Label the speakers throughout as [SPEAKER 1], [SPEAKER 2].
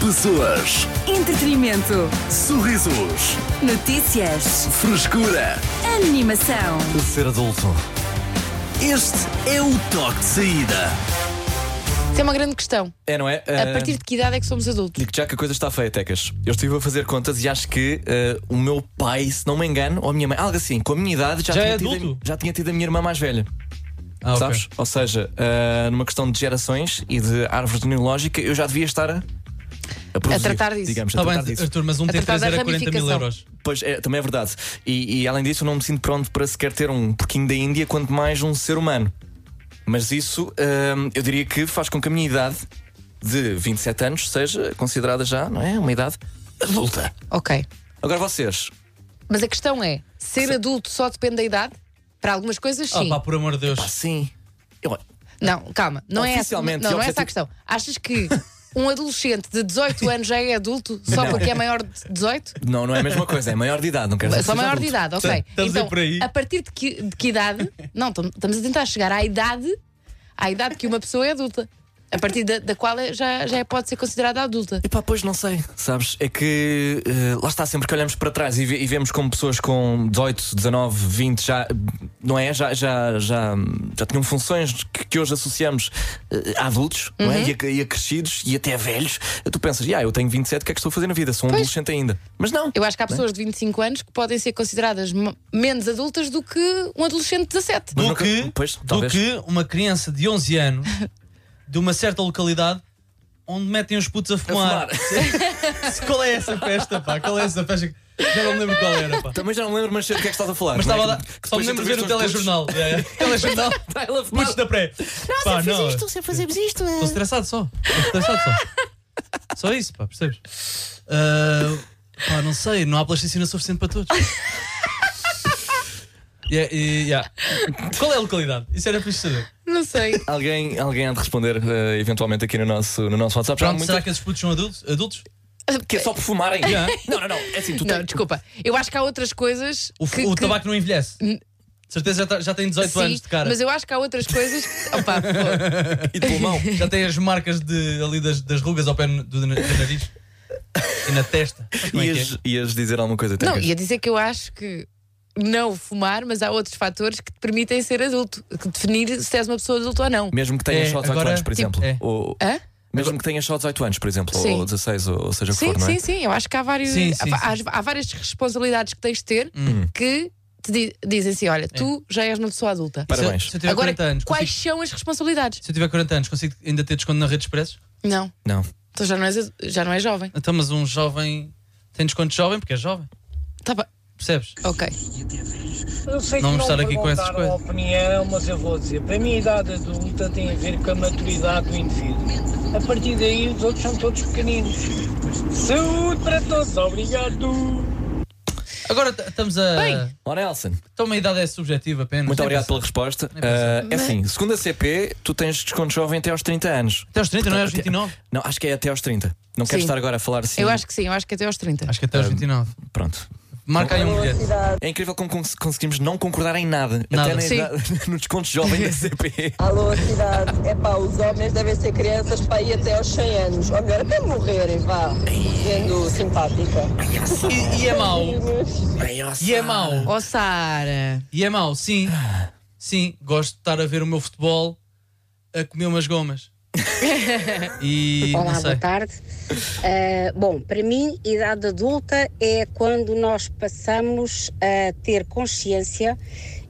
[SPEAKER 1] Pessoas,
[SPEAKER 2] Entretenimento.
[SPEAKER 1] sorrisos,
[SPEAKER 2] Notícias.
[SPEAKER 1] frescura.
[SPEAKER 2] Animação.
[SPEAKER 3] Ser adulto.
[SPEAKER 1] Este é o toque de saída.
[SPEAKER 4] Isso é uma grande questão.
[SPEAKER 3] É, não é?
[SPEAKER 5] Ah.
[SPEAKER 4] A partir de que idade é que somos adultos?
[SPEAKER 3] Digo já que a coisa está feia, Tecas. Eu estive a fazer contas e acho que ah, o meu pai, se não me engano, ou a minha mãe, algo assim, com a minha idade, já,
[SPEAKER 5] Já
[SPEAKER 3] tinha,
[SPEAKER 5] é
[SPEAKER 3] tido,
[SPEAKER 5] adulto?
[SPEAKER 3] já tinha tido a minha irmã mais velha.
[SPEAKER 5] Ah, ok.
[SPEAKER 3] sabes? Ou seja, ah, numa questão de gerações e de árvore genealógica, eu já devia estar a. A, produzir,
[SPEAKER 4] tratar disso.
[SPEAKER 3] Digamos, a
[SPEAKER 5] Está bem,
[SPEAKER 3] tratar disso.
[SPEAKER 5] Arthur, mas um
[SPEAKER 4] A tratar
[SPEAKER 5] T3
[SPEAKER 4] da
[SPEAKER 5] era 40 mil
[SPEAKER 4] ramificação.
[SPEAKER 5] euros.
[SPEAKER 3] Pois é, também é verdade. E, e, além disso, eu não me sinto pronto para sequer ter um porquinho da Índia, quanto mais um ser humano. Mas isso hum, eu diria que faz com que a minha idade de 27 anos seja considerada já, não é? Uma idade adulta.
[SPEAKER 4] Ok.
[SPEAKER 3] Agora vocês,
[SPEAKER 4] Mas a questão é: ser adulto só depende da idade? Para algumas coisas,
[SPEAKER 5] Ah,
[SPEAKER 4] sim.
[SPEAKER 5] pá, por amor de Deus.
[SPEAKER 3] pá, sim. Eu,
[SPEAKER 4] Não, calma. Não é essa, não,
[SPEAKER 3] Oficialmente,
[SPEAKER 4] não é essa a
[SPEAKER 3] objetivo-
[SPEAKER 4] questão. Achas que um adolescente de 18 anos já é adulto só
[SPEAKER 3] Não.
[SPEAKER 4] porque é maior de 18?
[SPEAKER 3] não, não é a mesma coisa, é maior de idade, não quero dizer.
[SPEAKER 4] Só
[SPEAKER 3] que seja
[SPEAKER 4] maior de
[SPEAKER 3] adulto.
[SPEAKER 4] idade, ok.
[SPEAKER 5] Estamos a ir
[SPEAKER 4] então,
[SPEAKER 5] por aí.
[SPEAKER 4] a partir de que, de que idade? Não, tam- estamos a tentar chegar à idade, à idade que uma pessoa é adulta. A partir da, da qual é- já, já pode ser considerada adulta.
[SPEAKER 3] Epá, pois não sei, sabes? É que eh, lá está, sempre que olhamos para trás e, ve- e vemos como pessoas com 18, 19, 20 já, não é? Já, já, já, já tinham funções que, que hoje associamos eh, a adultos não
[SPEAKER 5] Uhum.
[SPEAKER 3] é? e, a, e a crescidos e até a velhos. Tu pensas, ah, eu tenho 27, o que é que estou a fazer na vida? Sou um
[SPEAKER 4] Pois.
[SPEAKER 3] adolescente ainda. Mas não,
[SPEAKER 4] Eu acho que há pessoas de 25 anos que podem ser consideradas m- menos adultas do que um adolescente de 17.
[SPEAKER 3] Mas
[SPEAKER 5] Do
[SPEAKER 3] nunca-
[SPEAKER 5] que,
[SPEAKER 3] pois,
[SPEAKER 5] do
[SPEAKER 3] talvez.
[SPEAKER 5] que uma criança de 11 anos de uma certa localidade onde metem os putos a fumar. qual é essa festa, pá? Qual é essa festa? Já não me lembro qual era, pá.
[SPEAKER 3] Também já não lembro, mas sei do que é que estás a falar.
[SPEAKER 5] Mas
[SPEAKER 3] não é?
[SPEAKER 5] estava lá.
[SPEAKER 3] Que
[SPEAKER 5] Só
[SPEAKER 3] depois
[SPEAKER 5] me lembro de ver o
[SPEAKER 3] entrevistas
[SPEAKER 5] telejornal. É, é. Telejornal.
[SPEAKER 3] todos.
[SPEAKER 5] Putos da pré. Pá, não. Estou
[SPEAKER 4] sempre fazemos isto.
[SPEAKER 5] estressado só. Estou estressado só. Só isso, pá, percebes? Ah, pá, não sei. Não há plasticina suficiente para todos. Yeah, e- yeah. Qual é a localidade? Isso era para saber.
[SPEAKER 4] Não sei.
[SPEAKER 3] Alguém, alguém há de responder eh, eventualmente aqui no nosso, no nosso WhatsApp. Já há
[SPEAKER 5] Pronto,
[SPEAKER 3] muita-
[SPEAKER 5] será que esses putos são adultos? adultos?
[SPEAKER 3] que é só por fumarem.
[SPEAKER 5] Yeah.
[SPEAKER 3] Não, não, não. É assim, tu
[SPEAKER 4] Não,
[SPEAKER 3] tens-
[SPEAKER 4] desculpa. Eu acho que há outras coisas.
[SPEAKER 5] O,
[SPEAKER 4] que,
[SPEAKER 5] o
[SPEAKER 4] que-
[SPEAKER 5] tabaco não envelhece. De certeza já, tá- já tem 18
[SPEAKER 4] Sim,
[SPEAKER 5] anos de cara.
[SPEAKER 4] Mas eu acho que há outras coisas. que- Opa, por favor.
[SPEAKER 3] e de pulmão.
[SPEAKER 5] Já tem as marcas de, ali das, das rugas ao pé no- do, do nariz e na testa. Mas como é que é?
[SPEAKER 3] Ias, ias dizer alguma coisa,
[SPEAKER 4] Não,
[SPEAKER 3] Tecas?
[SPEAKER 4] ia dizer que eu acho que não fumar, mas há outros fatores que te permitem ser adulto, que definir se és uma pessoa adulta ou não.
[SPEAKER 3] Mesmo que tenhas
[SPEAKER 5] É,
[SPEAKER 3] só 18
[SPEAKER 5] agora-
[SPEAKER 3] anos, por exemplo.
[SPEAKER 5] É.
[SPEAKER 3] Ou,
[SPEAKER 4] Hã?
[SPEAKER 3] mesmo que tenhas só 18 anos, por exemplo,
[SPEAKER 4] Sim.
[SPEAKER 3] ou 16, ou, ou seja o que
[SPEAKER 4] Sim,
[SPEAKER 3] for, não é?
[SPEAKER 4] sim, sim. Eu acho que há, vários,
[SPEAKER 5] Sim, sim, Hum.
[SPEAKER 4] há, há- há várias responsabilidades que tens de ter que te di- dizem assim:
[SPEAKER 5] É.
[SPEAKER 4] olha, tu já és uma pessoa adulta.
[SPEAKER 3] Para-
[SPEAKER 5] Se eu-
[SPEAKER 3] Parabéns.
[SPEAKER 5] Se eu tiver
[SPEAKER 4] Agora,
[SPEAKER 5] 40 anos,
[SPEAKER 4] quais
[SPEAKER 5] consigo-
[SPEAKER 4] são as responsabilidades?
[SPEAKER 5] se eu tiver 40 anos, consigo ainda ter desconto na rede expresso?
[SPEAKER 4] Não,
[SPEAKER 3] Não.
[SPEAKER 4] tu já não és, ad- já não és jovem.
[SPEAKER 5] Então, mas um jovem tem desconto de jovem porque é jovem,
[SPEAKER 4] Tá bem.
[SPEAKER 5] percebes?
[SPEAKER 4] Ok.
[SPEAKER 6] Eu sei
[SPEAKER 5] Não
[SPEAKER 6] que não
[SPEAKER 5] estar
[SPEAKER 6] me
[SPEAKER 5] aqui com essas
[SPEAKER 6] perguntaram a opinião, mas eu vou dizer. Para mim, a idade adulta tem a ver com a maturidade do indivíduo. A partir daí, os outros são todos pequeninos. Saúde para todos, obrigado!
[SPEAKER 5] Agora t- estamos a.
[SPEAKER 4] Bem.
[SPEAKER 3] Ora, Elson,
[SPEAKER 5] Então, uma idade é subjetiva apenas.
[SPEAKER 3] muito
[SPEAKER 5] Nem
[SPEAKER 3] obrigado
[SPEAKER 5] pensa.
[SPEAKER 3] pela resposta.
[SPEAKER 5] Nem pensar.
[SPEAKER 3] Ah, é assim, segundo a CP, tu tens desconto jovem até aos 30 anos.
[SPEAKER 5] Até aos 30, não é aos 29?
[SPEAKER 3] Não, acho que é até aos 30. Não quero
[SPEAKER 4] Sim.
[SPEAKER 3] estar agora a falar assim.
[SPEAKER 4] Eu acho que sim, eu acho que até aos 30.
[SPEAKER 5] Acho que até aos 29.
[SPEAKER 3] Pronto.
[SPEAKER 5] Marca aí um bilhete.
[SPEAKER 3] É incrível como cons- conseguimos não concordar em nada.
[SPEAKER 5] Nada.
[SPEAKER 3] Até na
[SPEAKER 4] Sim.
[SPEAKER 3] idade, no desconto jovem da CP.
[SPEAKER 7] Alô, cidade. É pá, os homens devem ser crianças para ir até aos 100 anos. Ou melhor, até morrerem, vá. Sendo simpática.
[SPEAKER 5] E, e é mau. E é mau.
[SPEAKER 4] Oh, Sara.
[SPEAKER 5] E é mau, sim. Sim, gosto de estar a ver o meu futebol a comer umas gomas. e
[SPEAKER 8] Olá,
[SPEAKER 5] não sei.
[SPEAKER 8] boa tarde. Ah, bom, para mim, idade adulta é quando nós passamos a ter consciência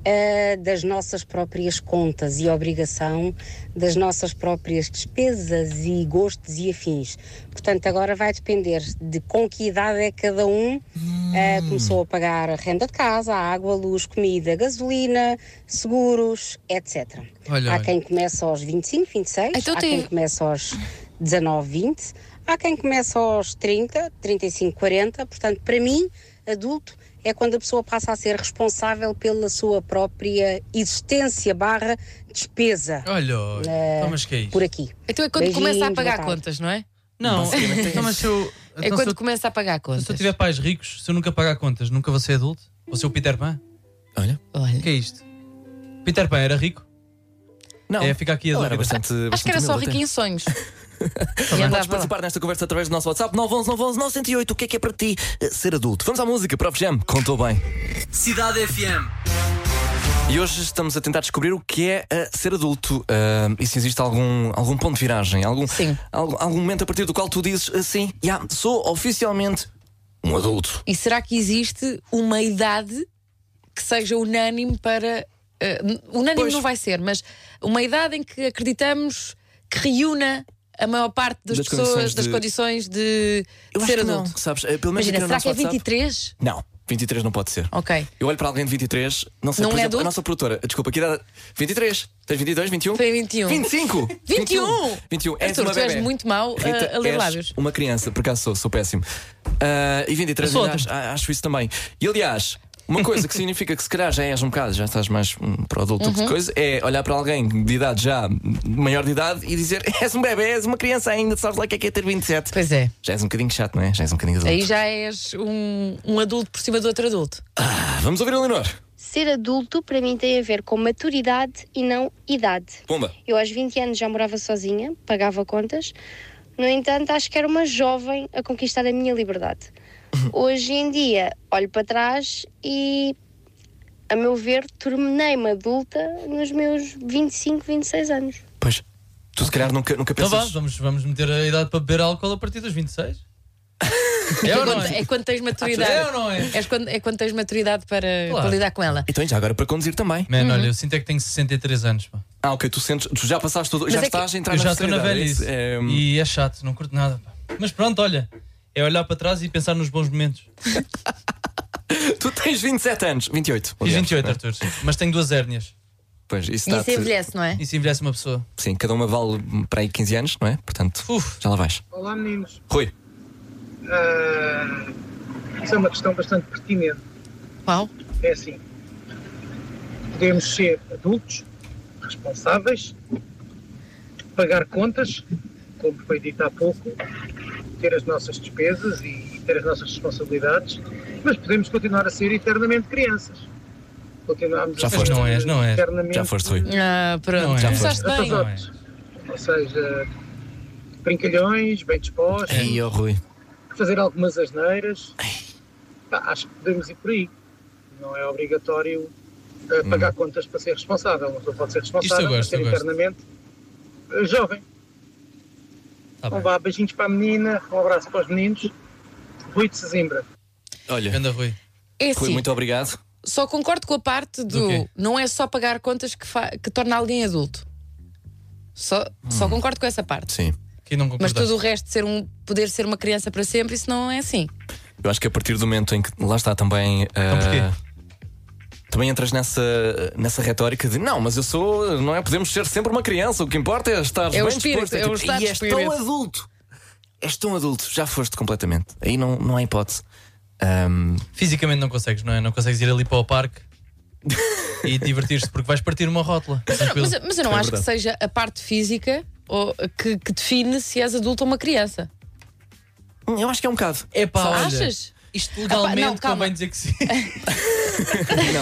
[SPEAKER 8] ah, das nossas próprias contas e obrigação, das nossas próprias despesas e gostos e afins. Portanto, agora vai depender de com que idade é cada um ah,
[SPEAKER 5] Hum.
[SPEAKER 8] começou a pagar a renda de casa, a água, a luz, comida, gasolina, seguros, etc.
[SPEAKER 5] Olha,
[SPEAKER 8] Há
[SPEAKER 5] olha.
[SPEAKER 8] quem começa aos 25, 26,
[SPEAKER 4] Então
[SPEAKER 8] há
[SPEAKER 4] tem-
[SPEAKER 8] quem começa aos 19, 20, há quem começa aos 30, 35, 40. Portanto, para mim, adulto é quando a pessoa passa a ser responsável pela sua própria existência barra despesa
[SPEAKER 5] Olha, olha. Então, mas que é isso?
[SPEAKER 8] por aqui.
[SPEAKER 4] Então é quando
[SPEAKER 8] Beijinhos,
[SPEAKER 4] começa a
[SPEAKER 8] boa
[SPEAKER 4] pagar
[SPEAKER 8] tarde.
[SPEAKER 4] contas, não é?
[SPEAKER 5] Não,
[SPEAKER 3] Basicamente é
[SPEAKER 5] então, mas se eu.
[SPEAKER 4] É
[SPEAKER 5] então, se,
[SPEAKER 4] quando
[SPEAKER 5] eu
[SPEAKER 4] começa a pagar contas.
[SPEAKER 5] se eu tiver pais ricos, se eu nunca pagar contas, nunca vou ser adulto? Vou ser o Peter Pan?
[SPEAKER 3] Olha.
[SPEAKER 5] O
[SPEAKER 4] Olha.
[SPEAKER 5] que é isto? Peter Pan era rico?
[SPEAKER 3] Não.
[SPEAKER 5] É ficar aqui a
[SPEAKER 3] Ele era
[SPEAKER 5] dúvida.
[SPEAKER 3] bastante.
[SPEAKER 4] Acho que era
[SPEAKER 3] bastante
[SPEAKER 4] só
[SPEAKER 3] humilde
[SPEAKER 4] rico em sonhos. E andava
[SPEAKER 3] Podes
[SPEAKER 4] lá.
[SPEAKER 3] participar nesta conversa através do nosso WhatsApp 911 911 908. O que é que é para ti eh, ser adulto? Vamos à música, Prof Jam, contou bem.
[SPEAKER 1] Cidade FM.
[SPEAKER 3] E hoje estamos a tentar descobrir o que é eh, ser adulto Ah, e se existe algum, algum ponto de viragem, algum,
[SPEAKER 4] Sim.
[SPEAKER 3] algum, algum momento a partir do qual tu dizes assim: "Ya, sou oficialmente um adulto.
[SPEAKER 4] E será que existe uma idade que seja unânime para. eh, unânime
[SPEAKER 3] Pois.
[SPEAKER 4] não vai ser, mas uma idade em que acreditamos que reúna a maior parte das,
[SPEAKER 3] Das
[SPEAKER 4] pessoas,
[SPEAKER 3] condições
[SPEAKER 4] das
[SPEAKER 3] de-
[SPEAKER 4] condições de ser
[SPEAKER 3] que
[SPEAKER 4] adulto.
[SPEAKER 3] não, sabes? Eh, Pelo menos
[SPEAKER 4] Imagina,
[SPEAKER 3] aqui no
[SPEAKER 4] será
[SPEAKER 3] nosso
[SPEAKER 4] que é
[SPEAKER 3] WhatsApp-
[SPEAKER 4] 23?
[SPEAKER 3] Não, 23 não pode ser.
[SPEAKER 4] Ok.
[SPEAKER 3] Eu olho para alguém de 23, não sei,
[SPEAKER 4] Não
[SPEAKER 3] por
[SPEAKER 4] é
[SPEAKER 3] exemplo,
[SPEAKER 4] adulto?
[SPEAKER 3] a nossa produtora, desculpa, que idade? 23? Tens 22, 21?
[SPEAKER 4] Foi 21.
[SPEAKER 3] 25!
[SPEAKER 4] 21!
[SPEAKER 3] 21, és
[SPEAKER 4] Arthur,
[SPEAKER 3] uma
[SPEAKER 4] tu és
[SPEAKER 3] bebé.
[SPEAKER 4] muito mau a-
[SPEAKER 3] Rita,
[SPEAKER 4] a ler
[SPEAKER 3] és
[SPEAKER 4] lábios.
[SPEAKER 3] uma criança, por acaso sou, sou péssimo. Ah, e 23
[SPEAKER 5] Eu sou
[SPEAKER 3] ainda acho, a- acho isso também. E aliás, uma coisa que significa que se calhar já és um bocado, já estás mais hum, para o adulto
[SPEAKER 4] Uhum.
[SPEAKER 3] do que coisa, é olhar para alguém de idade já hum, maior de idade e dizer és um bebê, és uma criança ainda, sabes lá o que é que é ter 27.
[SPEAKER 4] Pois é.
[SPEAKER 3] Já és um bocadinho chato, não é? Já és um bocadinho adulto.
[SPEAKER 4] Aí já és um, um adulto por cima do outro adulto.
[SPEAKER 3] Ah, vamos ouvir a Leonor.
[SPEAKER 9] Ser adulto para mim tem a ver com maturidade e não idade.
[SPEAKER 3] Pumba.
[SPEAKER 9] Eu aos 20 anos já morava sozinha, pagava contas. No entanto, acho que era uma jovem a conquistar a minha liberdade. Hoje em dia, olho para trás e, a meu ver, tornei-me adulta nos meus 25, 26 anos.
[SPEAKER 3] Pois, tu se calhar nunca, nunca
[SPEAKER 5] Então
[SPEAKER 3] pensas.
[SPEAKER 5] vá, vamos, vamos meter a idade para beber álcool a partir dos 26. é ou não
[SPEAKER 4] Quando-
[SPEAKER 5] é?
[SPEAKER 4] é quando tens maturidade.
[SPEAKER 5] É ou não é?
[SPEAKER 4] És quando, é quando tens maturidade para,
[SPEAKER 5] Claro.
[SPEAKER 4] para lidar com ela.
[SPEAKER 3] Então e já agora para conduzir também.
[SPEAKER 5] Man, olha, eu sinto é que tenho 63 anos, pá.
[SPEAKER 3] Ah, ok, tu sentes, tu já passaste tudo, já
[SPEAKER 4] é que-
[SPEAKER 3] estás a entrar
[SPEAKER 5] Eu
[SPEAKER 3] Tá na
[SPEAKER 5] já estou na
[SPEAKER 3] terceira idade,
[SPEAKER 5] velhice.
[SPEAKER 3] é isso? É,
[SPEAKER 5] E é chato, não curto nada, pá. Mas pronto, olha, é olhar para trás e pensar nos bons momentos.
[SPEAKER 3] Tu tens 27 anos, 28.
[SPEAKER 5] Fiz
[SPEAKER 3] aliás,
[SPEAKER 5] 28,
[SPEAKER 3] né?
[SPEAKER 5] Arthur, mas tenho duas hérnias.
[SPEAKER 3] Pois, isso
[SPEAKER 4] E isso
[SPEAKER 3] dá-te.
[SPEAKER 4] envelhece, não é?
[SPEAKER 5] E se envelhece uma pessoa?
[SPEAKER 3] Sim, cada uma vale hum, para aí 15 anos, não é? Portanto,
[SPEAKER 5] Uf.
[SPEAKER 3] já lá vais.
[SPEAKER 10] Olá meninos,
[SPEAKER 3] Rui,
[SPEAKER 10] Ah, isso é uma questão bastante pertinente.
[SPEAKER 4] Qual?
[SPEAKER 10] É assim, podemos ser adultos, responsáveis, pagar contas, como foi dito há pouco, ter as nossas despesas e ter as nossas responsabilidades, mas podemos continuar a ser eternamente crianças. Continuamos
[SPEAKER 3] Já
[SPEAKER 10] a ser
[SPEAKER 3] foste.
[SPEAKER 5] Não és, não és.
[SPEAKER 10] eternamente
[SPEAKER 3] já foste, Rui.
[SPEAKER 4] Ah,
[SPEAKER 5] Não
[SPEAKER 4] pronto.
[SPEAKER 5] é.
[SPEAKER 4] Já
[SPEAKER 5] Já
[SPEAKER 4] começaste
[SPEAKER 5] foste.
[SPEAKER 4] bem.
[SPEAKER 5] Não é.
[SPEAKER 10] adultos. Ou seja, brincalhões, bem dispostos.
[SPEAKER 3] Ei, ó, Rui.
[SPEAKER 10] fazer algumas asneiras. Pá, acho que podemos ir por aí. Não é obrigatório eh, pagar contas para ser responsável. Uma pessoa pode ser responsável,
[SPEAKER 5] Uhum. Isto eu
[SPEAKER 10] mas
[SPEAKER 5] gosto,
[SPEAKER 10] ser
[SPEAKER 5] eu gosto.
[SPEAKER 10] eternamente eh, jovem.
[SPEAKER 5] Tá
[SPEAKER 10] então
[SPEAKER 5] bem.
[SPEAKER 10] vá, beijinhos para a menina, um abraço para os meninos. Rui de Sesimbra.
[SPEAKER 3] Olha,
[SPEAKER 5] Ganda Rui.
[SPEAKER 4] É
[SPEAKER 3] Rui,
[SPEAKER 4] assim,
[SPEAKER 3] muito obrigado.
[SPEAKER 4] só concordo com a parte do,
[SPEAKER 5] Do quê?
[SPEAKER 4] não é só pagar contas que, fa- que torna alguém adulto. Só, só
[SPEAKER 5] Hum.
[SPEAKER 4] concordo com essa parte.
[SPEAKER 3] Sim.
[SPEAKER 5] Quem não
[SPEAKER 4] Mas
[SPEAKER 5] concorda?
[SPEAKER 4] tudo o resto, de ser um, poder ser uma criança para sempre, isso não é assim.
[SPEAKER 3] Eu acho que a partir do momento em que lá está também. ah, Também entras nessa, nessa retórica de não, mas eu sou. Não é? Podemos ser sempre uma criança, o que importa é estar
[SPEAKER 4] É
[SPEAKER 3] bem
[SPEAKER 4] o espírito,
[SPEAKER 3] disposto.
[SPEAKER 4] é o estado
[SPEAKER 3] e és
[SPEAKER 4] de espírito.
[SPEAKER 3] tão adulto. És tão adulto, já foste completamente. Aí não, não há hipótese. Ahm,
[SPEAKER 5] Fisicamente não consegues, não é? Não consegues ir ali para o parque e divertir-te porque vais partir uma rótula. Tranquilo.
[SPEAKER 4] Mas, mas eu não
[SPEAKER 3] É
[SPEAKER 4] acho que
[SPEAKER 3] verdade.
[SPEAKER 4] seja a parte física ou, que, que define se és adulto ou uma criança.
[SPEAKER 3] eu acho que é um bocado.
[SPEAKER 5] É pá, olha.
[SPEAKER 4] Achas?
[SPEAKER 5] Isto
[SPEAKER 4] Ah,
[SPEAKER 5] legalmente
[SPEAKER 4] pá, não, calma.
[SPEAKER 5] convém dizer que sim.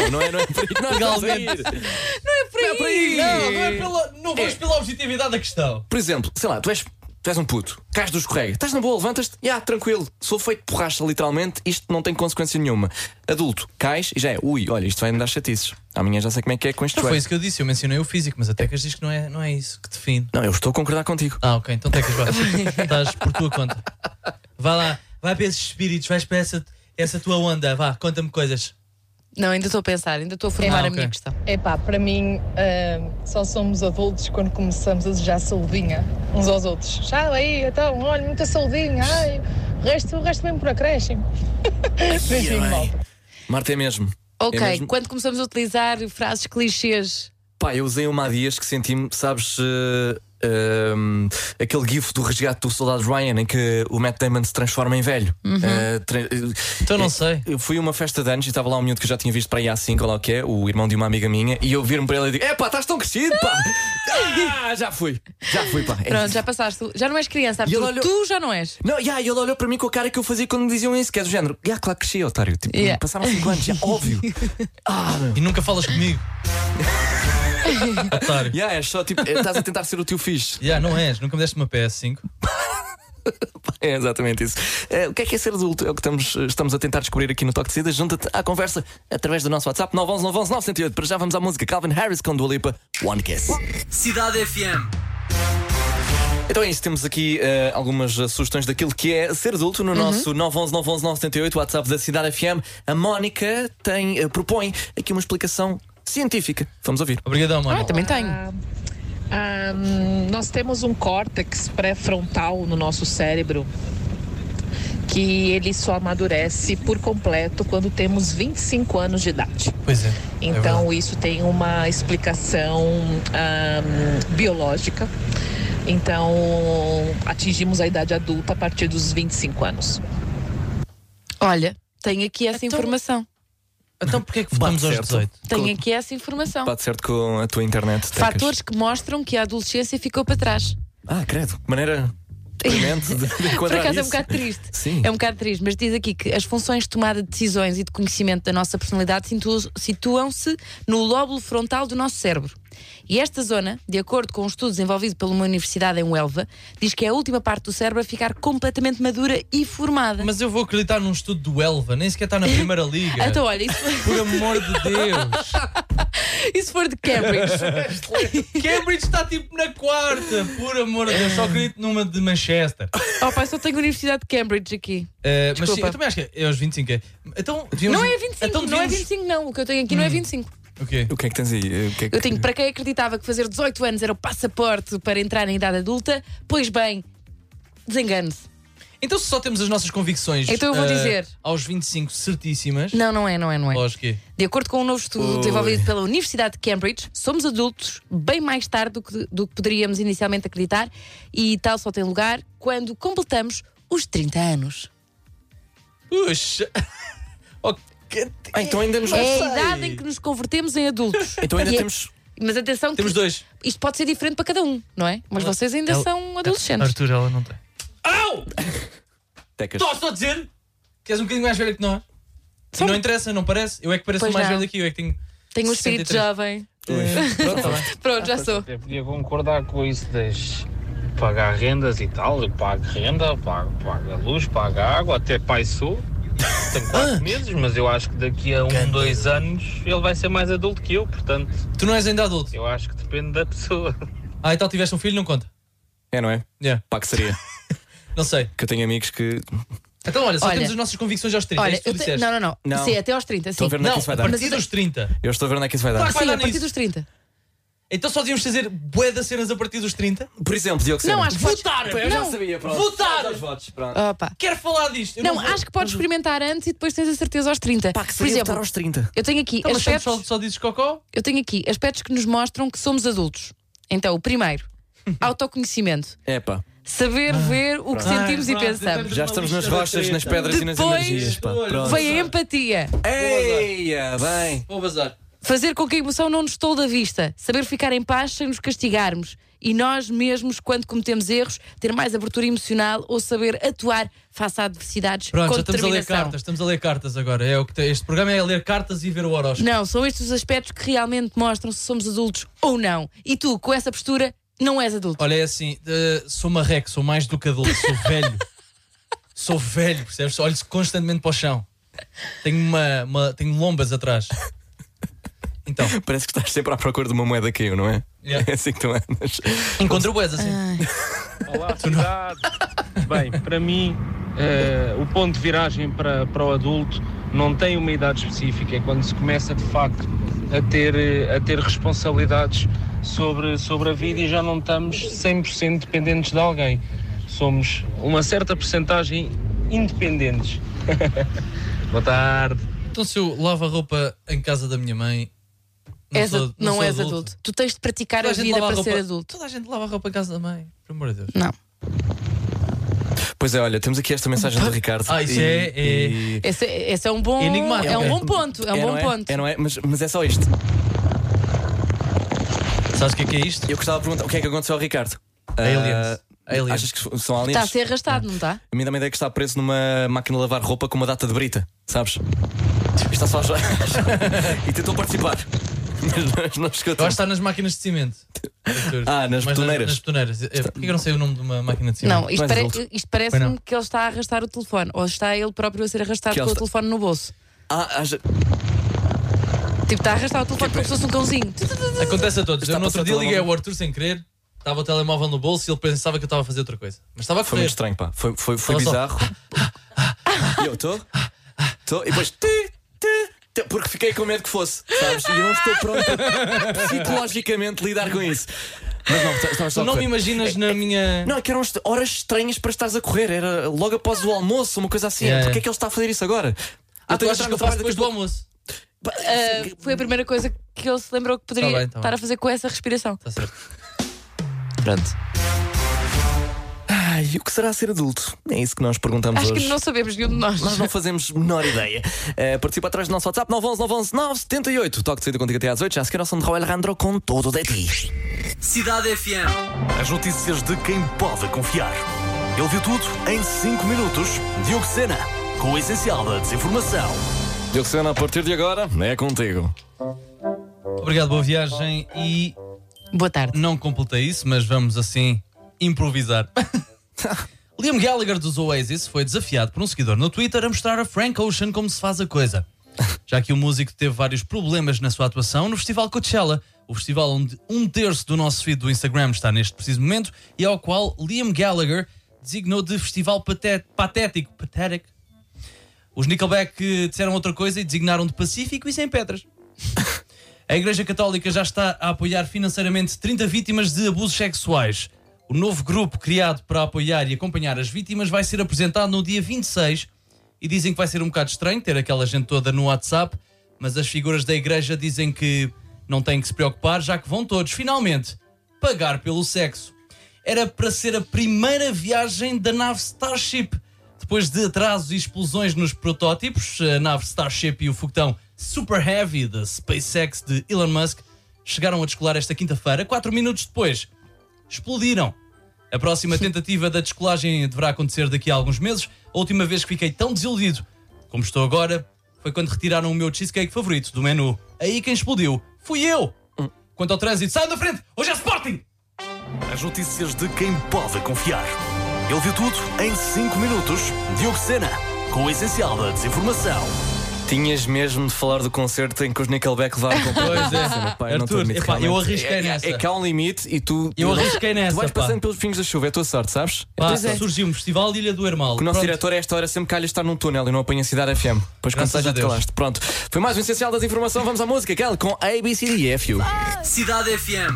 [SPEAKER 3] Não, não é, não é por aí. que nós estamos a ir.
[SPEAKER 5] Legalmente.
[SPEAKER 4] é Por aí.
[SPEAKER 5] Não, não é pela. Não vais pela objetividade da questão.
[SPEAKER 3] Por exemplo, sei lá, tu és, tu és um puto, cais do escorrega, estás na boa, levantas-te, já, tranquilo, sou feito de borracha, literalmente, isto não tem consequência nenhuma. Adulto, cais e já é, ui, olha, isto vai me dar chatices. Amanhã já sei como é que é com este
[SPEAKER 5] Não Então foi
[SPEAKER 3] joelho.
[SPEAKER 5] isso que eu disse, eu mencionei o físico, mas a Tecas diz que não é, não é isso que define.
[SPEAKER 3] Não, eu estou a concordar contigo.
[SPEAKER 5] Ah, ok, então Tecas, vá. Estás por tua conta. Vá lá, vai para esses espíritos, vais para essa, essa tua onda, vá, conta-me coisas.
[SPEAKER 4] Não, ainda estou a pensar, ainda estou a formar
[SPEAKER 5] Ah,
[SPEAKER 4] a
[SPEAKER 5] ok.
[SPEAKER 4] minha questão.
[SPEAKER 11] Epá, para mim ah, só somos adultos quando começamos a desejar saudinha uns aos outros. Já aí, então, olha, muita saudinha, ai, o resto, o resto mesmo por acréscimo. Beijinho,
[SPEAKER 3] bem.
[SPEAKER 11] malta.
[SPEAKER 3] Marta, é mesmo.
[SPEAKER 4] Ok,
[SPEAKER 3] É mesmo?
[SPEAKER 4] quando começamos a utilizar frases clichês,
[SPEAKER 3] Pá, eu usei uma há dias que senti-me, sabes, eh, ehm, aquele gif do resgate do soldado Ryan em que o Matt Damon se transforma em velho. Eh, tra- eh,
[SPEAKER 5] Então não
[SPEAKER 3] Eu-
[SPEAKER 5] sei.
[SPEAKER 3] Eu fui a uma festa de anos e estava lá um miúdo que eu já tinha visto para aí há 5, ou lá o que é, o irmão de uma amiga minha, e eu viro-me para ele e digo: É pá, estás tão crescido, pá! ah, já fui, já fui, pá. É
[SPEAKER 4] pronto,
[SPEAKER 3] isso.
[SPEAKER 4] já passaste, já não és criança,
[SPEAKER 3] E ele
[SPEAKER 4] Arthur,
[SPEAKER 3] olhou-
[SPEAKER 4] tu já não és.
[SPEAKER 3] Não, yeah, e ele olhou para mim com a cara que eu fazia quando me diziam isso, que é do género: Yeah, claro que cresci, otário. Tipo,
[SPEAKER 4] Yeah.
[SPEAKER 3] passaram 5 anos, já, óbvio.
[SPEAKER 5] E nunca falas comigo. Otário.
[SPEAKER 3] Yeah, é só tipo, é, estás a tentar ser o teu fixe.
[SPEAKER 5] Yeah, não és, nunca me deste uma PS5.
[SPEAKER 3] É exatamente isso. É, o que é que é ser adulto? É o que estamos, estamos a tentar descobrir aqui no Toque de Saída. Junta-te à conversa através do nosso WhatsApp 911 911 908. Para já vamos à música Calvin Harris com Dua Lipa, One Kiss.
[SPEAKER 1] Cidade FM.
[SPEAKER 3] Então é isso, temos aqui eh, algumas eh, sugestões daquilo que é ser adulto
[SPEAKER 4] Uhum.
[SPEAKER 3] no nosso 911 911 978 WhatsApp da Cidade FM. A Mónica tem, eh, propõe aqui uma explicação científica. Vamos ouvir.
[SPEAKER 5] Obrigadão,
[SPEAKER 11] Ah, também tenho. nós temos um córtex pré-frontal no nosso cérebro que ele só amadurece por completo quando temos 25 anos de idade.
[SPEAKER 5] Pois é.
[SPEAKER 11] Então, isso tem uma explicação ahm, biológica. Então, atingimos a idade adulta a partir dos 25 anos.
[SPEAKER 4] Olha, tenho aqui essa informação.
[SPEAKER 5] Então porquê é que votamos aos 18?
[SPEAKER 4] Tenho aqui essa informação.
[SPEAKER 3] Bate certo com a tua internet. Tecas.
[SPEAKER 4] Fatores que mostram que a adolescência ficou para trás.
[SPEAKER 3] Ah, credo. Que maneira. deprimente De, de
[SPEAKER 4] Por
[SPEAKER 3] enquadrar
[SPEAKER 4] acaso é um
[SPEAKER 3] isso.
[SPEAKER 4] bocado triste.
[SPEAKER 3] Sim.
[SPEAKER 4] É um bocado triste, mas diz aqui que as funções de tomada de decisões e de conhecimento da nossa personalidade situ- situam-se no lóbulo frontal do nosso cérebro. E esta zona, de acordo com um estudo desenvolvido por uma universidade em Huelva, diz que é a última parte do cérebro a ficar completamente madura e formada.
[SPEAKER 5] Mas eu vou acreditar num estudo do Elva, nem sequer está na primeira liga.
[SPEAKER 4] Então, olha, isso,
[SPEAKER 5] Por amor de Deus!
[SPEAKER 4] isso for de Cambridge.
[SPEAKER 5] Cambridge está tipo na quarta, por amor de Deus, só acredito numa de Manchester.
[SPEAKER 4] Oh, pai, só tenho a Universidade de Cambridge aqui.
[SPEAKER 5] Eh, mas sim,
[SPEAKER 4] Desculpa.
[SPEAKER 5] eu também acho que é aos 25. é. Então, devíamos-
[SPEAKER 4] Não é 25,
[SPEAKER 5] então
[SPEAKER 4] não é
[SPEAKER 5] devíamos- Hum.
[SPEAKER 4] 25, não. O que eu tenho aqui não é 25.
[SPEAKER 5] O quê?
[SPEAKER 3] O que é que tens aí? O que é que-
[SPEAKER 4] Eu tenho, para quem acreditava que fazer 18 anos era o passaporte para entrar na idade adulta, pois bem, desengane-se.
[SPEAKER 5] Então, se só temos as nossas convicções
[SPEAKER 4] Então eu vou
[SPEAKER 5] eh,
[SPEAKER 4] dizer.
[SPEAKER 5] aos 25 certíssimas,
[SPEAKER 4] Não, não é, não é, não é.
[SPEAKER 5] lógico que é.
[SPEAKER 4] De acordo com um novo estudo
[SPEAKER 3] Ui.
[SPEAKER 4] desenvolvido pela Universidade de Cambridge, somos adultos bem mais tarde do que, do que poderíamos inicialmente acreditar e tal só tem lugar quando completamos os 30 anos.
[SPEAKER 5] Puxa! Oh, Ok.
[SPEAKER 3] Ah, então ainda nos.
[SPEAKER 4] é a idade em que nos convertemos em adultos.
[SPEAKER 3] Então ainda
[SPEAKER 4] E é-
[SPEAKER 3] temos.
[SPEAKER 4] Mas atenção, que
[SPEAKER 5] Temos dois.
[SPEAKER 4] isto pode ser diferente para cada um, não é? Mas vocês ainda
[SPEAKER 5] Ela-
[SPEAKER 4] são adolescentes.
[SPEAKER 5] Arthur, ela não tem. Au!
[SPEAKER 3] Tecas.
[SPEAKER 5] Estou só a dizer que és um bocadinho mais velho que nós. E não interessa, não parece. Eu é que pareço
[SPEAKER 4] Pois
[SPEAKER 5] mais
[SPEAKER 4] não.
[SPEAKER 5] velho aqui, eu é que tenho.
[SPEAKER 4] Tenho um espírito
[SPEAKER 5] 63.
[SPEAKER 4] jovem.
[SPEAKER 5] Eh, pronto, tá bem.
[SPEAKER 4] Pronto, já sou.
[SPEAKER 6] Eu podia concordar com isso das pagar rendas e tal. Eu pago renda, pago, pago a luz, pago a água, até pai sou. Tenho quatro meses, mas eu acho que daqui a um, dois anos ele vai ser mais adulto que eu, portanto,
[SPEAKER 5] Tu não és ainda adulto.
[SPEAKER 6] eu acho que depende da pessoa.
[SPEAKER 5] Ah, então tiveste um filho, não conta.
[SPEAKER 3] É, não é?
[SPEAKER 5] Yeah.
[SPEAKER 3] Pá, que seria.
[SPEAKER 5] Não sei.
[SPEAKER 3] Que eu tenho amigos que.
[SPEAKER 5] Então, olha, só
[SPEAKER 4] Olha.
[SPEAKER 5] temos as nossas convicções aos 30. é
[SPEAKER 4] Olha,
[SPEAKER 5] isto que
[SPEAKER 4] eu
[SPEAKER 5] tu
[SPEAKER 4] te-
[SPEAKER 5] disseste.
[SPEAKER 4] Não, não, não.
[SPEAKER 3] Não.
[SPEAKER 4] Sim, até aos 30, sim. Ah,
[SPEAKER 3] Estou a ver onde é que isso vai
[SPEAKER 5] a
[SPEAKER 3] dar.
[SPEAKER 5] partir dos 30.
[SPEAKER 3] Eu estou a ver onde é que isso vai dar.
[SPEAKER 5] Claro. vai
[SPEAKER 4] Sim,
[SPEAKER 5] dar
[SPEAKER 4] a partir
[SPEAKER 5] nisso.
[SPEAKER 4] dos 30.
[SPEAKER 5] Então só devíamos fazer bué das cenas a partir dos 30?
[SPEAKER 3] Por exemplo, Diogo
[SPEAKER 4] Não,
[SPEAKER 3] Sena.
[SPEAKER 4] acho que podes...
[SPEAKER 3] Eu já
[SPEAKER 4] Não,
[SPEAKER 3] sabia, pronto.
[SPEAKER 5] Votar!
[SPEAKER 3] Os votos, pronto.
[SPEAKER 4] Opa.
[SPEAKER 5] Quero falar disto. Eu
[SPEAKER 4] Não,
[SPEAKER 5] vou-
[SPEAKER 4] acho que podes experimentar antes e depois tens a certeza aos 30.
[SPEAKER 3] Pá, que
[SPEAKER 4] Por
[SPEAKER 3] seria
[SPEAKER 4] exemplo,
[SPEAKER 3] votar aos 30.
[SPEAKER 4] eu tenho aqui
[SPEAKER 5] Então, mas
[SPEAKER 4] aspectos,
[SPEAKER 5] só, só dizes cocó?
[SPEAKER 4] eu tenho aqui aspectos que nos mostram que somos adultos. Então, o primeiro, autoconhecimento,
[SPEAKER 3] É pá.
[SPEAKER 4] saber ver o que
[SPEAKER 5] Ai,
[SPEAKER 4] sentimos e
[SPEAKER 5] pronto,
[SPEAKER 4] pensamos.
[SPEAKER 5] tentamos-
[SPEAKER 3] Já estamos nas rochas, nas pedras e nas
[SPEAKER 4] Depois-
[SPEAKER 3] energias. Pá.
[SPEAKER 5] Olha,
[SPEAKER 3] Pronto.
[SPEAKER 4] Vem a empatia,
[SPEAKER 3] Eia, bem.
[SPEAKER 5] Vou bazar.
[SPEAKER 4] fazer com que a emoção não nos tolhe da vista, saber ficar em paz sem nos castigarmos e nós mesmos quando cometemos erros ter mais abertura emocional ou saber atuar face a adversidades
[SPEAKER 5] Pronto,
[SPEAKER 4] com
[SPEAKER 5] já estamos a ler
[SPEAKER 4] determinação.
[SPEAKER 5] cartas, estamos a ler cartas agora. É o que tem- Este programa é ler cartas e ver o horóscopo.
[SPEAKER 4] Não, são estes os aspectos que realmente mostram se somos adultos ou não. E tu, com essa postura, não és adulto.
[SPEAKER 5] Olha, é assim, eh, sou marreco, sou mais do que adulto, sou velho. sou velho, percebes? Olho constantemente para o chão. Tenho, uma, uma- tenho lombas atrás. Então,
[SPEAKER 3] Parece que estás sempre à procura de uma moeda que eu, não é?
[SPEAKER 5] Yeah.
[SPEAKER 3] É assim que tu andas.
[SPEAKER 5] encontro boas assim.
[SPEAKER 12] Olá, cidade! Bem, para mim,
[SPEAKER 13] é,
[SPEAKER 12] eh, o ponto de viragem para, para o adulto não tem uma idade específica, é quando se começa de facto a ter, eh, a ter responsabilidades sobre, sobre a vida e já não estamos 100% dependentes de alguém. Somos uma certa percentagem independentes. Boa tarde!
[SPEAKER 5] Então, se eu lavo a roupa em casa da minha mãe, não,
[SPEAKER 4] És
[SPEAKER 5] sou-
[SPEAKER 4] ad- não
[SPEAKER 5] sou
[SPEAKER 4] és adulto. Tu tens de praticar
[SPEAKER 5] Toda
[SPEAKER 4] a
[SPEAKER 5] a gente
[SPEAKER 4] vida
[SPEAKER 5] lava a
[SPEAKER 4] para
[SPEAKER 5] roupa-
[SPEAKER 4] ser adulto.
[SPEAKER 5] Toda a gente lava a roupa em casa da mãe, pelo amor de Deus.
[SPEAKER 4] Não.
[SPEAKER 3] Pois é, olha, temos aqui esta mensagem do Ricardo.
[SPEAKER 5] Ah, isso
[SPEAKER 3] E-
[SPEAKER 5] é- é-
[SPEAKER 3] e-
[SPEAKER 4] Esse, esse é um bom
[SPEAKER 5] Enigmático.
[SPEAKER 4] É um bom ponto. É um bom
[SPEAKER 3] não
[SPEAKER 4] ponto.
[SPEAKER 3] É, não é? Mas, mas é só isto.
[SPEAKER 5] Sabes o que é que é isto?
[SPEAKER 3] Eu gostava de perguntar o que é que aconteceu ao Ricardo.
[SPEAKER 5] Aliens.
[SPEAKER 3] Ah,
[SPEAKER 5] Aliens.
[SPEAKER 3] Achas que são aliens?
[SPEAKER 5] é?
[SPEAKER 4] Está a ser arrastado, não está?
[SPEAKER 3] A minha também ideia é que está preso numa máquina de lavar roupa com uma data de brita, sabes? E Está só a chorar. e tentou participar. Mas não chegou
[SPEAKER 5] Eu acho que está nas máquinas de cimento.
[SPEAKER 3] Ah, nas
[SPEAKER 5] Mas
[SPEAKER 3] betoneiras.
[SPEAKER 5] Nas betoneiras. É, Porquê que eu não sei o nome de uma máquina de cimento?
[SPEAKER 4] Não, isto, pare- isto
[SPEAKER 5] Pois
[SPEAKER 4] parece-me
[SPEAKER 5] não.
[SPEAKER 4] que ele está a arrastar o telefone. Ou está ele próprio a ser arrastado
[SPEAKER 5] Que
[SPEAKER 4] com
[SPEAKER 5] ele
[SPEAKER 4] o
[SPEAKER 5] está-
[SPEAKER 4] telefone no bolso.
[SPEAKER 3] Ah, acha-
[SPEAKER 4] Tipo, está a arrastar o telefone como se fosse um cãozinho.
[SPEAKER 5] Acontece a todos.
[SPEAKER 4] Está
[SPEAKER 5] eu no
[SPEAKER 4] a
[SPEAKER 5] outro
[SPEAKER 4] passar
[SPEAKER 5] dia
[SPEAKER 4] todo
[SPEAKER 5] liguei
[SPEAKER 4] mundo.
[SPEAKER 5] ao Arthur sem querer, estava o telemóvel no bolso e ele pensava que eu estava a fazer outra coisa. Mas estava a correr.
[SPEAKER 3] Foi muito estranho, pá. Foi, foi, foi
[SPEAKER 5] Estava
[SPEAKER 3] bizarro. E eu estou. Estou. E depois. ti, ti, ti, Porque fiquei com medo que fosse. Sabes? E eu não estou pronto a psicologicamente lidar com isso. Mas não, está- estava só
[SPEAKER 5] Tu
[SPEAKER 3] a
[SPEAKER 5] não me
[SPEAKER 3] correr.
[SPEAKER 5] imaginas na minha.
[SPEAKER 3] Não, é que eram est- horas estranhas para estares a correr. Era logo após o almoço, uma coisa assim.
[SPEAKER 5] Yeah,
[SPEAKER 3] Porquê
[SPEAKER 5] yeah.
[SPEAKER 3] é que ele está a fazer isso agora?
[SPEAKER 5] Ah,
[SPEAKER 3] tenho
[SPEAKER 5] tu
[SPEAKER 3] entrar
[SPEAKER 5] achas que
[SPEAKER 3] no
[SPEAKER 5] eu faço
[SPEAKER 3] trabalho
[SPEAKER 5] depois do almoço?
[SPEAKER 4] Ah, foi a primeira coisa que ele se lembrou que poderia
[SPEAKER 5] Tá bem, tá
[SPEAKER 4] estar
[SPEAKER 5] bem.
[SPEAKER 4] a fazer com essa respiração.
[SPEAKER 5] Tá
[SPEAKER 3] Pronto. Ai, o que será ser adulto? É isso que nós perguntamos
[SPEAKER 4] Acho
[SPEAKER 3] hoje.
[SPEAKER 4] que não sabemos nenhum de nós.
[SPEAKER 3] Nós não fazemos menor ideia. Eh, participa atrás do nosso WhatsApp 911 911 978. Toque de saída contigo até às 8. Já se quer o som de Raul Alejandro com todo de ti.
[SPEAKER 1] Cidade FM. As notícias de quem pode confiar. Ele viu tudo em 5 minutos. Diogo Sena, com o essencial da desinformação.
[SPEAKER 3] Diogo Sena, a partir de agora, é contigo.
[SPEAKER 5] Obrigado, boa viagem e.
[SPEAKER 4] Boa tarde.
[SPEAKER 5] Não completei isso, mas vamos assim improvisar. Liam Gallagher dos Oasis foi desafiado por um seguidor no Twitter a mostrar a Frank Ocean como se faz a coisa. Já que o músico teve vários problemas na sua atuação no Festival Coachella, o festival onde um terço do nosso feed do Instagram está neste preciso momento e ao qual Liam Gallagher designou de festival paté- patético. Pathetic. Os Nickelback eh, disseram outra coisa e designaram de pacífico e sem pedras. A Igreja Católica já está a apoiar financeiramente 30 vítimas de abusos sexuais. O novo grupo criado para apoiar e acompanhar as vítimas vai ser apresentado no dia 26 e dizem que vai ser um bocado estranho ter aquela gente toda no WhatsApp, mas as figuras da Igreja dizem que não têm que se preocupar, já que vão todos, finalmente, pagar pelo sexo. Era para ser a primeira viagem da nave Starship. Depois de atrasos e explosões nos protótipos, a nave Starship e o foguetão Super Heavy da SpaceX de Elon Musk chegaram a descolar esta quinta-feira. Quatro minutos depois, explodiram. A próxima tentativa da descolagem deverá acontecer daqui a alguns meses. A última vez que fiquei tão desiludido como estou agora foi quando retiraram o meu cheesecake favorito do menu. Aí quem explodiu fui eu! Quanto ao trânsito, saiam da frente! Hoje é Sporting!
[SPEAKER 1] As notícias de quem pode confiar. Ele viu tudo em 5 minutos. Diogo Sena, com o essencial da desinformação.
[SPEAKER 3] Tinhas mesmo de falar do concerto em que os Nickelback levaram com
[SPEAKER 5] Pois é.
[SPEAKER 3] Cena, pá, eu não te
[SPEAKER 5] Arthur,
[SPEAKER 3] admito,
[SPEAKER 5] epá, eu
[SPEAKER 3] realmente.
[SPEAKER 5] arrisquei
[SPEAKER 3] É- é-
[SPEAKER 5] nessa.
[SPEAKER 3] É que há um limite e tu.
[SPEAKER 5] Eu
[SPEAKER 3] tu-
[SPEAKER 5] arrisquei
[SPEAKER 3] Tu vais
[SPEAKER 5] nessa, pá.
[SPEAKER 3] passando pelos pingos da chuva, é a tua sorte, sabes?
[SPEAKER 5] Pá,
[SPEAKER 3] Pois é.
[SPEAKER 5] surgiu um festival de Ilha do Hermal.
[SPEAKER 3] Que o nosso
[SPEAKER 5] Pronto.
[SPEAKER 3] diretor, a esta hora, sempre calha estar num túnel e não apanha a cidade FM. Pois quando
[SPEAKER 5] Graças
[SPEAKER 3] sai já
[SPEAKER 5] a
[SPEAKER 3] te
[SPEAKER 5] Deus.
[SPEAKER 3] calaste. Pronto. Foi mais um essencial da desinformação. Vamos à música, aquela com ABCDFU.
[SPEAKER 1] Cidade FM.